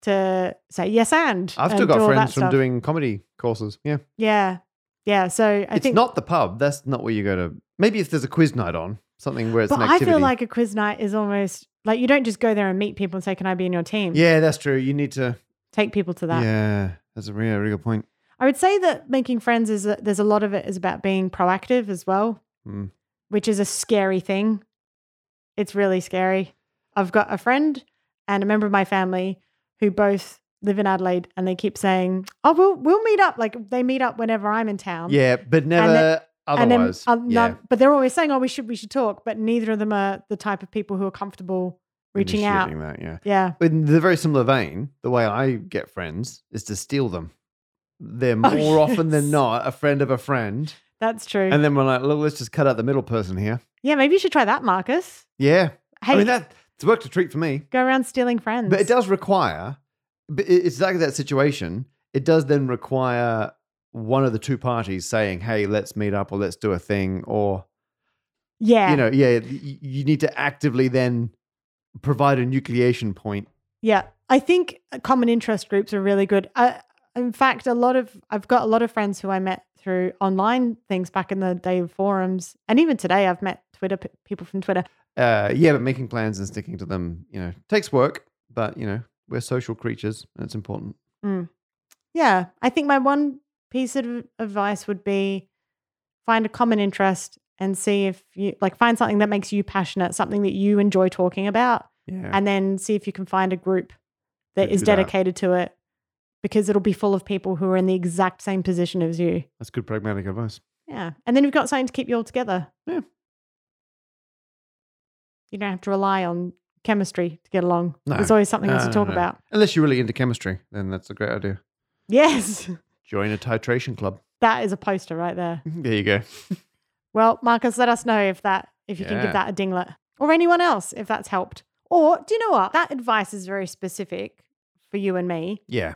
Speaker 1: to say yes and.
Speaker 2: I've
Speaker 1: and
Speaker 2: still
Speaker 1: do
Speaker 2: got
Speaker 1: all that
Speaker 2: friends from
Speaker 1: stuff.
Speaker 2: doing comedy courses. Yeah,
Speaker 1: Yeah. Yeah. So I
Speaker 2: it's
Speaker 1: think
Speaker 2: not the pub. That's not where you go to. Maybe if there's a quiz night on something where it's
Speaker 1: But
Speaker 2: an
Speaker 1: I
Speaker 2: activity.
Speaker 1: feel like a quiz night is almost like you don't just go there and meet people and say, Can I be in your team?
Speaker 2: yeah, that's true. You need to.
Speaker 1: Take people to that.
Speaker 2: Yeah, that's a really, really good point.
Speaker 1: I would say that making friends is a, there's a lot of it is about being proactive as well,
Speaker 2: Mm.
Speaker 1: which is a scary thing. It's really scary. I've got a friend and a member of my family who both live in Adelaide and they keep saying, Oh, we'll, we'll meet up. Like they meet up whenever I'm in town.
Speaker 2: Yeah, but never
Speaker 1: And Um, then,
Speaker 2: otherwise.
Speaker 1: um,
Speaker 2: yeah.
Speaker 1: no- but they're always saying, "Oh, we should, we should talk," but neither of them are the type of people who are comfortable reaching out.
Speaker 2: Initiating That, yeah.
Speaker 1: Yeah,
Speaker 2: in the very similar vein, the way I get friends is to steal them. They're more
Speaker 1: Oh,
Speaker 2: often than
Speaker 1: yes.
Speaker 2: not a friend of a friend.
Speaker 1: that's true.
Speaker 2: And then we're like, look, let's just cut out the middle person here.
Speaker 1: Yeah, maybe you should try that, Marcus.
Speaker 2: Yeah.
Speaker 1: Hey,
Speaker 2: I mean, that, it's worked a treat for me.
Speaker 1: go around stealing friends.
Speaker 2: But it does require, but it- it's exactly that situation. It does then require one of the two parties saying, hey, let's meet up or let's do a thing or,
Speaker 1: Yeah.
Speaker 2: you know, yeah, y- you need to actively then provide a nucleation point.
Speaker 1: yeah. I think uh, common interest groups are really good. I, in fact, a lot of I've got a lot of friends who I met through online things back in the day of forums, and even today I've met Twitter p- people from Twitter.
Speaker 2: Uh, yeah, but making plans and sticking to them, you know, takes work. But you know, we're social creatures, and it's important.
Speaker 1: Yeah, I think my one piece of advice would be find a common interest and see if you like find something that makes you passionate, something that you enjoy talking about,
Speaker 2: Yeah,
Speaker 1: and then see if you can find a group that
Speaker 2: Yeah,
Speaker 1: is
Speaker 2: do that.
Speaker 1: dedicated to it because it'll be full of people who are in the exact same position as you.
Speaker 2: that's good pragmatic advice.
Speaker 1: Yeah. And then you've got something to keep you all together.
Speaker 2: Yeah.
Speaker 1: You don't have to rely on chemistry to get along.
Speaker 2: No.
Speaker 1: There's always something else
Speaker 2: No,
Speaker 1: to
Speaker 2: no,
Speaker 1: talk
Speaker 2: no.
Speaker 1: about. (laughs)
Speaker 2: Unless you're really into chemistry, then that's a great idea.
Speaker 1: Yes.
Speaker 2: Join a titration club. (laughs)
Speaker 1: That is a poster right there.
Speaker 2: There you go.
Speaker 1: Well, Marcus, let us know if that if you can
Speaker 2: Yeah.
Speaker 1: give that a dinglet or anyone else if that's helped. Or do you know what? That advice is very specific for you and me.
Speaker 2: Yeah,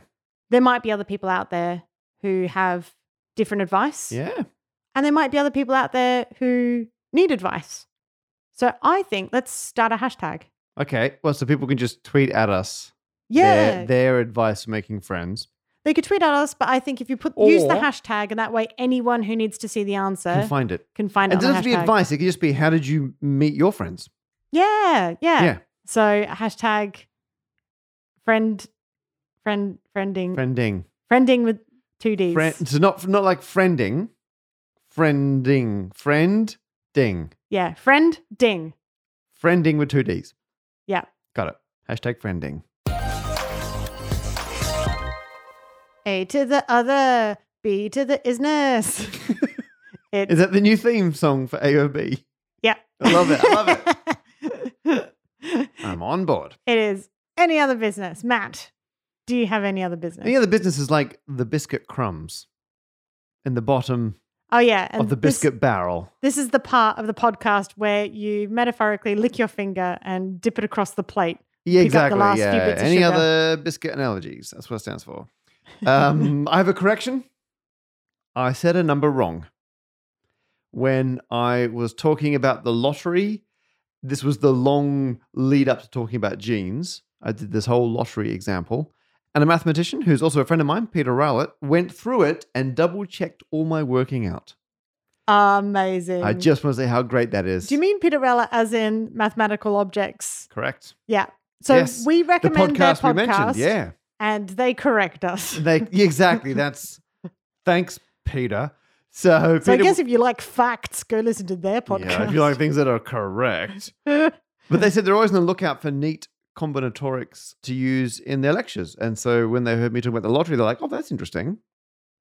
Speaker 1: There might be other people out there who have different advice.
Speaker 2: yeah.
Speaker 1: And there might be other people out there who need advice. So I think let's start a hashtag.
Speaker 2: Okay. Well, so people can just tweet at us.
Speaker 1: Yeah.
Speaker 2: Their, their advice for making friends.
Speaker 1: They could tweet at us, but I think if you put use the
Speaker 2: Or-
Speaker 1: hashtag, and that way anyone who needs to see the answer
Speaker 2: Can find it.
Speaker 1: can find
Speaker 2: It
Speaker 1: it. on
Speaker 2: doesn't
Speaker 1: the
Speaker 2: have to be
Speaker 1: hashtag.
Speaker 2: advice. It could just be how did you meet your friends?
Speaker 1: Yeah, yeah,
Speaker 2: Yeah.
Speaker 1: So hashtag friend, friend, friending,
Speaker 2: Friending.
Speaker 1: friending with two D's.
Speaker 2: Friend. So not not like friending. Friending. Friend. Ding.
Speaker 1: Yeah, friend ding.
Speaker 2: Friending with two D's.
Speaker 1: Yeah.
Speaker 2: Got it. Hashtag
Speaker 1: (laughs)
Speaker 2: friending.
Speaker 1: A to the other, B to the isness. (laughs) it,
Speaker 2: Is that the new theme song for AOB?
Speaker 1: yeah.
Speaker 2: I love it. I love
Speaker 1: (laughs)
Speaker 2: it.
Speaker 1: it.
Speaker 2: I'm on board.
Speaker 1: (laughs) it is any other business, Matt. Do you have any other business?
Speaker 2: Any other business is like the biscuit crumbs in the bottom
Speaker 1: oh yeah, and
Speaker 2: of the
Speaker 1: this-
Speaker 2: biscuit barrel.
Speaker 1: This is the part of the podcast where you metaphorically lick your finger and dip it across the plate.
Speaker 2: Yeah,
Speaker 1: pick up the
Speaker 2: exactly.
Speaker 1: last few
Speaker 2: yeah.
Speaker 1: bits of
Speaker 2: Any
Speaker 1: sugar.
Speaker 2: other biscuit analogies? That's what it stands for. Um, I have a correction. I said a number wrong. When I was talking about the lottery, this was the long lead up to talking about genes. I did this whole lottery example. And a mathematician who's also a friend of mine, Peter Rowlett, went through it and double checked all my working out.
Speaker 1: Amazing.
Speaker 2: I just want to say how great that is.
Speaker 1: Do you mean Pittarella as in mathematical objects?
Speaker 2: correct?
Speaker 1: Yeah. So
Speaker 2: Yes.
Speaker 1: we
Speaker 2: The
Speaker 1: recommend
Speaker 2: podcast we
Speaker 1: their podcast,
Speaker 2: mentioned. Yeah.
Speaker 1: and they correct
Speaker 2: (laughs)
Speaker 1: us.
Speaker 2: They yeah, exactly. That's thanks, Peter. So,
Speaker 1: So I
Speaker 2: Peter,
Speaker 1: guess if you like facts, go listen to their podcast.
Speaker 2: yeah, if you like things that are correct, but they said they're always on the lookout for neat combinatorics to use in their lectures. And so when they heard me talking about the lottery, they're like, "Oh, that's interesting."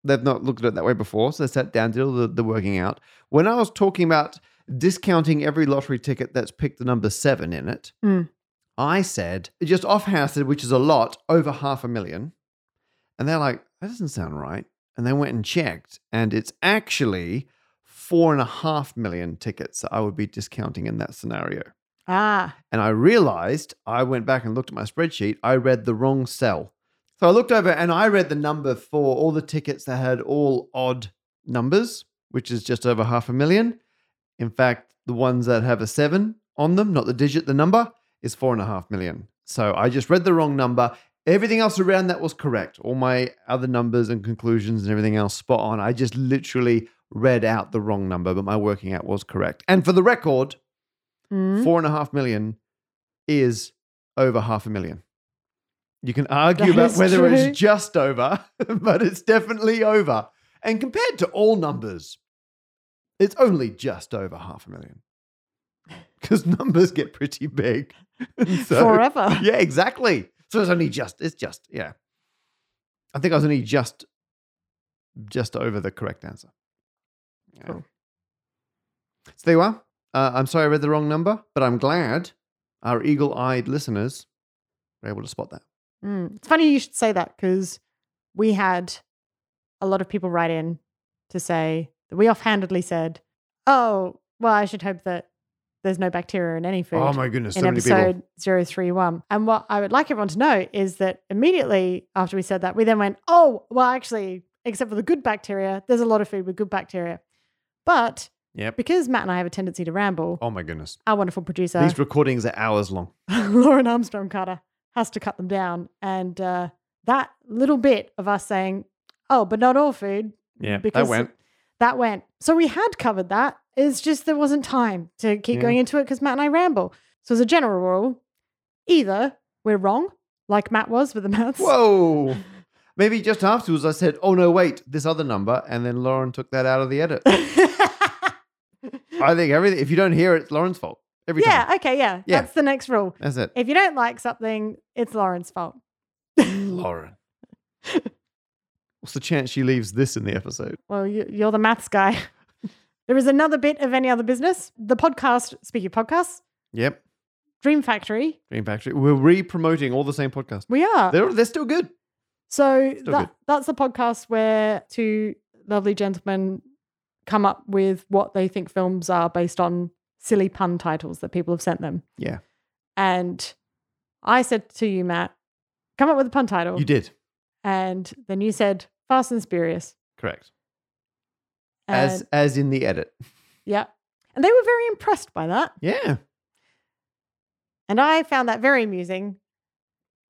Speaker 2: They've not looked at it that way before, so they sat down, did all the, the working out. When I was talking about discounting every lottery ticket that's picked the number seven in it,
Speaker 1: Mm.
Speaker 2: I said just offhand, I said, which is a lot, over half a million. And they're like, that doesn't sound right. And they went and checked, and it's actually four and a half million tickets that I would be discounting in that scenario.
Speaker 1: ah,
Speaker 2: And I realized I went back and looked at my spreadsheet. I read the wrong cell. So I looked over and I read the number for all the tickets that had all odd numbers, which is just over half a million. In fact, the ones that have a seven on them, not the digit, the number, is four and a half million. So I just read the wrong number. Everything else around that was correct. All my other numbers and conclusions and everything else spot on. I just literally read out the wrong number, but my working out was correct. And for the record,
Speaker 1: Mm.
Speaker 2: four and a half million is over half a million. You can argue
Speaker 1: That
Speaker 2: about
Speaker 1: is
Speaker 2: whether
Speaker 1: true.
Speaker 2: it's just over, (laughs) but it's definitely over. And compared to all numbers, it's only just over half a million. (laughs) Because numbers get pretty big. (laughs) So-
Speaker 1: forever.
Speaker 2: Yeah, exactly. So it's only just, it's just, yeah. I think I was only just, just over the correct answer. Yeah.
Speaker 1: Cool.
Speaker 2: So there you are. Uh, I'm sorry I read the wrong number, but I'm glad our eagle-eyed listeners were able to spot that.
Speaker 1: Mm. It's funny you should say that because we had a lot of people write in to say that we offhandedly said, "Oh, well, I should hope that there's no bacteria in any food."
Speaker 2: Oh my goodness, so
Speaker 1: in
Speaker 2: many people.
Speaker 1: episode 031. And what I would like everyone to know is that immediately after we said that, we then went, oh, well, actually, except for the good bacteria, there's a lot of food with good bacteria. But
Speaker 2: Yep.
Speaker 1: because Matt and I have a tendency to ramble,
Speaker 2: Oh my goodness.
Speaker 1: our wonderful producer,
Speaker 2: These recordings are hours long.
Speaker 1: (laughs) Lauren Armstrong Carter, has to cut them down. And uh, that little bit of us saying, oh, but not all food,
Speaker 2: Yeah,
Speaker 1: because
Speaker 2: that went.
Speaker 1: that went. So we had covered that. It's just there wasn't time to keep
Speaker 2: Yeah.
Speaker 1: going into it because Matt and I ramble. So as a general rule, either we're wrong, like Matt was with the maths. (laughs)
Speaker 2: Whoa. Maybe just afterwards I said, oh no, wait, this other number. And then Lauren took that out of the edit. I think everything, if you don't hear it, it's Lauren's fault. Every time.
Speaker 1: yeah, okay, yeah.
Speaker 2: Yeah.
Speaker 1: That's the next rule.
Speaker 2: That's
Speaker 1: (clears throat)
Speaker 2: it.
Speaker 1: If you don't like something, it's Lauren's fault.
Speaker 2: Lauren. What's the chance she leaves this in the episode?
Speaker 1: Well, you, you're the maths guy. (laughs) there is another bit of any other business. The podcast, speaking of podcasts,
Speaker 2: Yep.
Speaker 1: Dream Factory.
Speaker 2: Dream Factory. We're re promoting all the same podcasts.
Speaker 1: We are.
Speaker 2: They're, they're still good.
Speaker 1: So
Speaker 2: Still good.
Speaker 1: that, that's the podcast where two lovely gentlemen come up with what they think films are based on silly pun titles that people have sent them.
Speaker 2: Yeah.
Speaker 1: And I said to you, Matt, come up with a pun title.
Speaker 2: You did.
Speaker 1: And then you said, Fast and Spurious.
Speaker 2: Correct.
Speaker 1: And,
Speaker 2: as as in the edit.
Speaker 1: yeah. And they were very impressed by that.
Speaker 2: Yeah.
Speaker 1: And I found that very amusing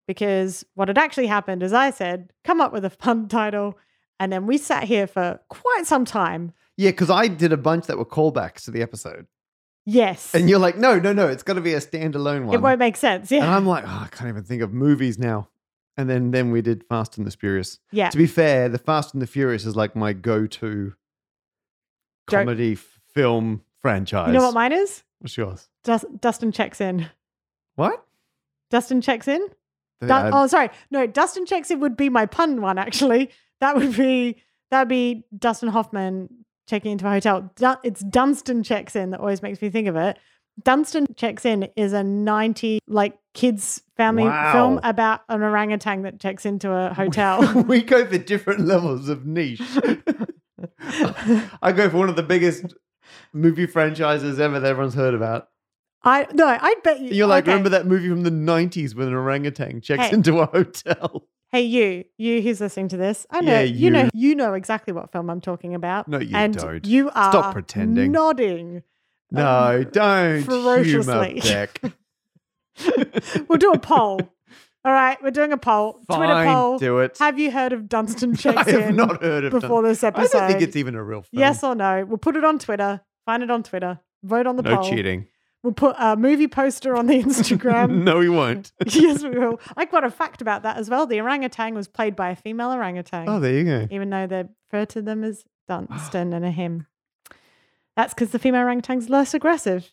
Speaker 1: because what had actually happened is I said, come up with a pun (laughs) title. And then we sat here for quite some time.
Speaker 2: Yeah, because I did a bunch that were callbacks to the episode.
Speaker 1: Yes.
Speaker 2: And you're like, no, no, no, it's got to be a standalone one.
Speaker 1: It won't make sense.
Speaker 2: and
Speaker 1: Yeah.
Speaker 2: I'm like, oh, I can't even think of movies now. And then then we did Fast and the Furious.
Speaker 1: Yeah.
Speaker 2: To be fair, the Fast and the Furious is like my go-to
Speaker 1: Joke.
Speaker 2: comedy f- film franchise.
Speaker 1: You know what mine is?
Speaker 2: What's yours?
Speaker 1: Dus- Dustin checks in.
Speaker 2: What?
Speaker 1: Dustin checks in?
Speaker 2: The- uh,
Speaker 1: Du-
Speaker 2: I-
Speaker 1: oh, sorry. No, Dustin checks in would be my pun one, actually. That would be that'd be Dustin Hoffman checking into a hotel. Du- it's Dunstan checks in that always makes me think of it. Dunstan checks in is a 90 like kids family
Speaker 2: Wow.
Speaker 1: film about an orangutan that checks into
Speaker 2: (laughs)
Speaker 1: a hotel.
Speaker 2: (laughs) we go for different (laughs) levels of niche. I go for one of the biggest movie franchises ever that everyone's heard about.
Speaker 1: I no, I bet you
Speaker 2: You're like,
Speaker 1: okay.
Speaker 2: remember that movie from the 90s when an orangutan checks
Speaker 1: Hey.
Speaker 2: into
Speaker 1: (laughs)
Speaker 2: a hotel?
Speaker 1: Hey, you, you who's listening to this? I know
Speaker 2: Yeah,
Speaker 1: you. know you know exactly what film I'm talking about.
Speaker 2: No, you
Speaker 1: and
Speaker 2: don't.
Speaker 1: You are
Speaker 2: Stop pretending.
Speaker 1: Nodding.
Speaker 2: No, don't.
Speaker 1: Um, ferociously.
Speaker 2: Humor
Speaker 1: (laughs)
Speaker 2: Beck.
Speaker 1: We'll do a
Speaker 2: (laughs)
Speaker 1: poll. All right, we're doing a poll. Twitter
Speaker 2: Fine,
Speaker 1: poll.
Speaker 2: do it.
Speaker 1: Have you heard of Dunstan
Speaker 2: (laughs) I
Speaker 1: checks
Speaker 2: have
Speaker 1: in
Speaker 2: not heard of
Speaker 1: before
Speaker 2: Dun-
Speaker 1: this
Speaker 2: I
Speaker 1: episode?
Speaker 2: don't think it's even a real film.
Speaker 1: yes or no. We'll put it on Twitter. Find it on Twitter. Vote on the
Speaker 2: No
Speaker 1: poll.
Speaker 2: cheating.
Speaker 1: We'll put a movie poster
Speaker 2: (laughs)
Speaker 1: on the Instagram.
Speaker 2: no, he won't.
Speaker 1: yes, we will. I got a fact about that as well. The orangutan was played by a female orangutan.
Speaker 2: Oh, there you go.
Speaker 1: even though they refer to them as
Speaker 2: (gasps)
Speaker 1: Dunstan and a him. That's because the female orangutan's less aggressive.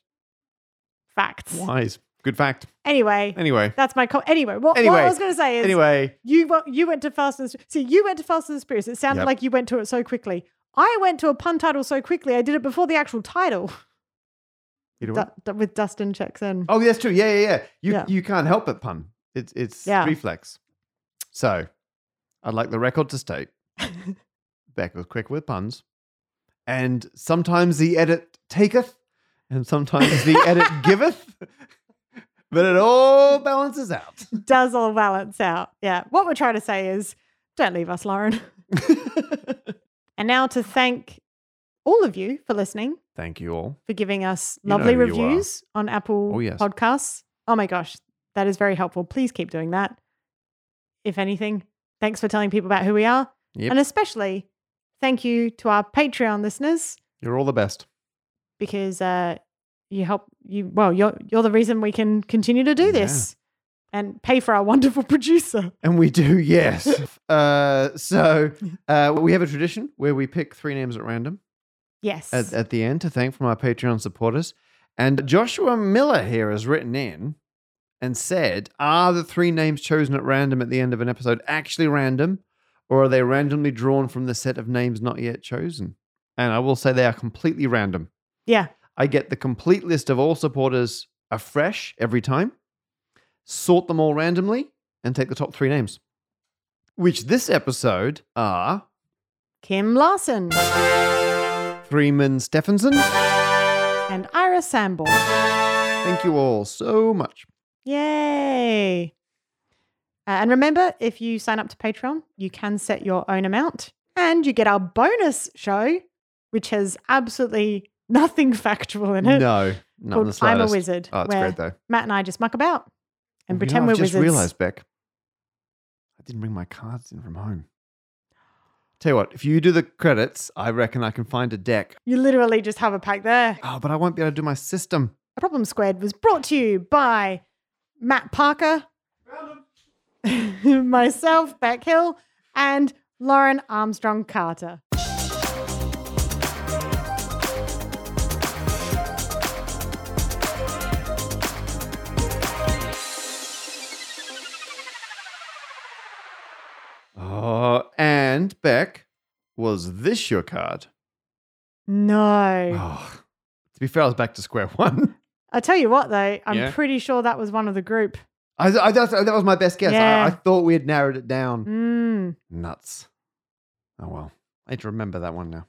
Speaker 1: Facts.
Speaker 2: Wise. Good fact.
Speaker 1: Anyway,
Speaker 2: Anyway.
Speaker 1: that's my co- anyway. What, what
Speaker 2: Anyway.
Speaker 1: I was going to say is
Speaker 2: Anyway.
Speaker 1: you wa- you went to Fast and see you went to Fast and the Spirits. It sounded
Speaker 2: Yep.
Speaker 1: like you went to it so quickly. I went to a pun title so quickly. I did it before the actual title.
Speaker 2: You know
Speaker 1: Du-
Speaker 2: what?
Speaker 1: du- with Dustin checks in.
Speaker 2: Oh, that's true. Yeah, yeah, yeah. You
Speaker 1: Yeah.
Speaker 2: you can't help but pun. It's it's
Speaker 1: Yeah.
Speaker 2: reflex. So, I'd like the record to state Beck was quick with puns, and sometimes the edit taketh, and sometimes the edit giveth, but it all balances out.
Speaker 1: Does all balance out? Yeah. What we're trying to say is, don't leave us, Lauren. And now to thank all of you for listening.
Speaker 2: Thank you all.
Speaker 1: for giving us
Speaker 2: You know
Speaker 1: lovely
Speaker 2: who you are.
Speaker 1: reviews on Apple
Speaker 2: Oh, yes.
Speaker 1: Podcasts. Oh my gosh, that is very helpful. Please keep doing that. If anything, thanks for telling people about who we are.
Speaker 2: Yep.
Speaker 1: And especially thank you to our Patreon listeners
Speaker 2: You're all the best.
Speaker 1: because uh, you help you well, you're you're the reason we can continue to do this and pay for our wonderful (laughs) producer.
Speaker 2: And we do, (laughs) yes. uh, so uh, we have a tradition where we pick three names at random.
Speaker 1: Yes.
Speaker 2: at, at the end to thank from our Patreon supporters. And Joshua Miller here has written in and said, Are the three names chosen at random at the end of an episode actually random, or are they randomly drawn from the set of names not yet chosen? And I will say they are completely random.
Speaker 1: yeah.
Speaker 2: I get the complete list of all supporters afresh every time, sort them all randomly, and take the top three names, which this episode are
Speaker 1: Kim Larson
Speaker 2: Freeman Stephenson.
Speaker 1: and Ira Samborn.
Speaker 2: Thank you all so much.
Speaker 1: Yay! Uh, and remember, if you sign up to Patreon, you can set your own amount and you get our bonus show, which has absolutely nothing (laughs) factual in it.
Speaker 2: No, not in
Speaker 1: called I'm
Speaker 2: the
Speaker 1: a
Speaker 2: slightest.
Speaker 1: Wizard,
Speaker 2: Oh, it's
Speaker 1: where
Speaker 2: great though.
Speaker 1: Matt and I just muck about and
Speaker 2: You
Speaker 1: pretend
Speaker 2: know,
Speaker 1: we're
Speaker 2: I've just
Speaker 1: wizards.
Speaker 2: realized, Beck, I didn't bring my cards in from home. Tell you what, if you do the credits, I reckon I can find a deck.
Speaker 1: You literally just have a pack there.
Speaker 2: Oh, but I won't be able to do my system.
Speaker 1: A Problem Squared was brought to you by Matt Parker, (laughs) myself, Beck Hill, and Lauren Armstrong Carter.
Speaker 2: Oh, and Beck, was this your card?
Speaker 1: No.
Speaker 2: Oh, to be fair, I was back to square (laughs) one.
Speaker 1: I tell you what, though, I'm
Speaker 2: Yeah.
Speaker 1: pretty sure that was one of the group.
Speaker 2: I, I, that's, that was my best guess. I,
Speaker 1: Yeah.
Speaker 2: I thought we had narrowed it down.
Speaker 1: Mm.
Speaker 2: Nuts. Oh well, I need to remember that one now.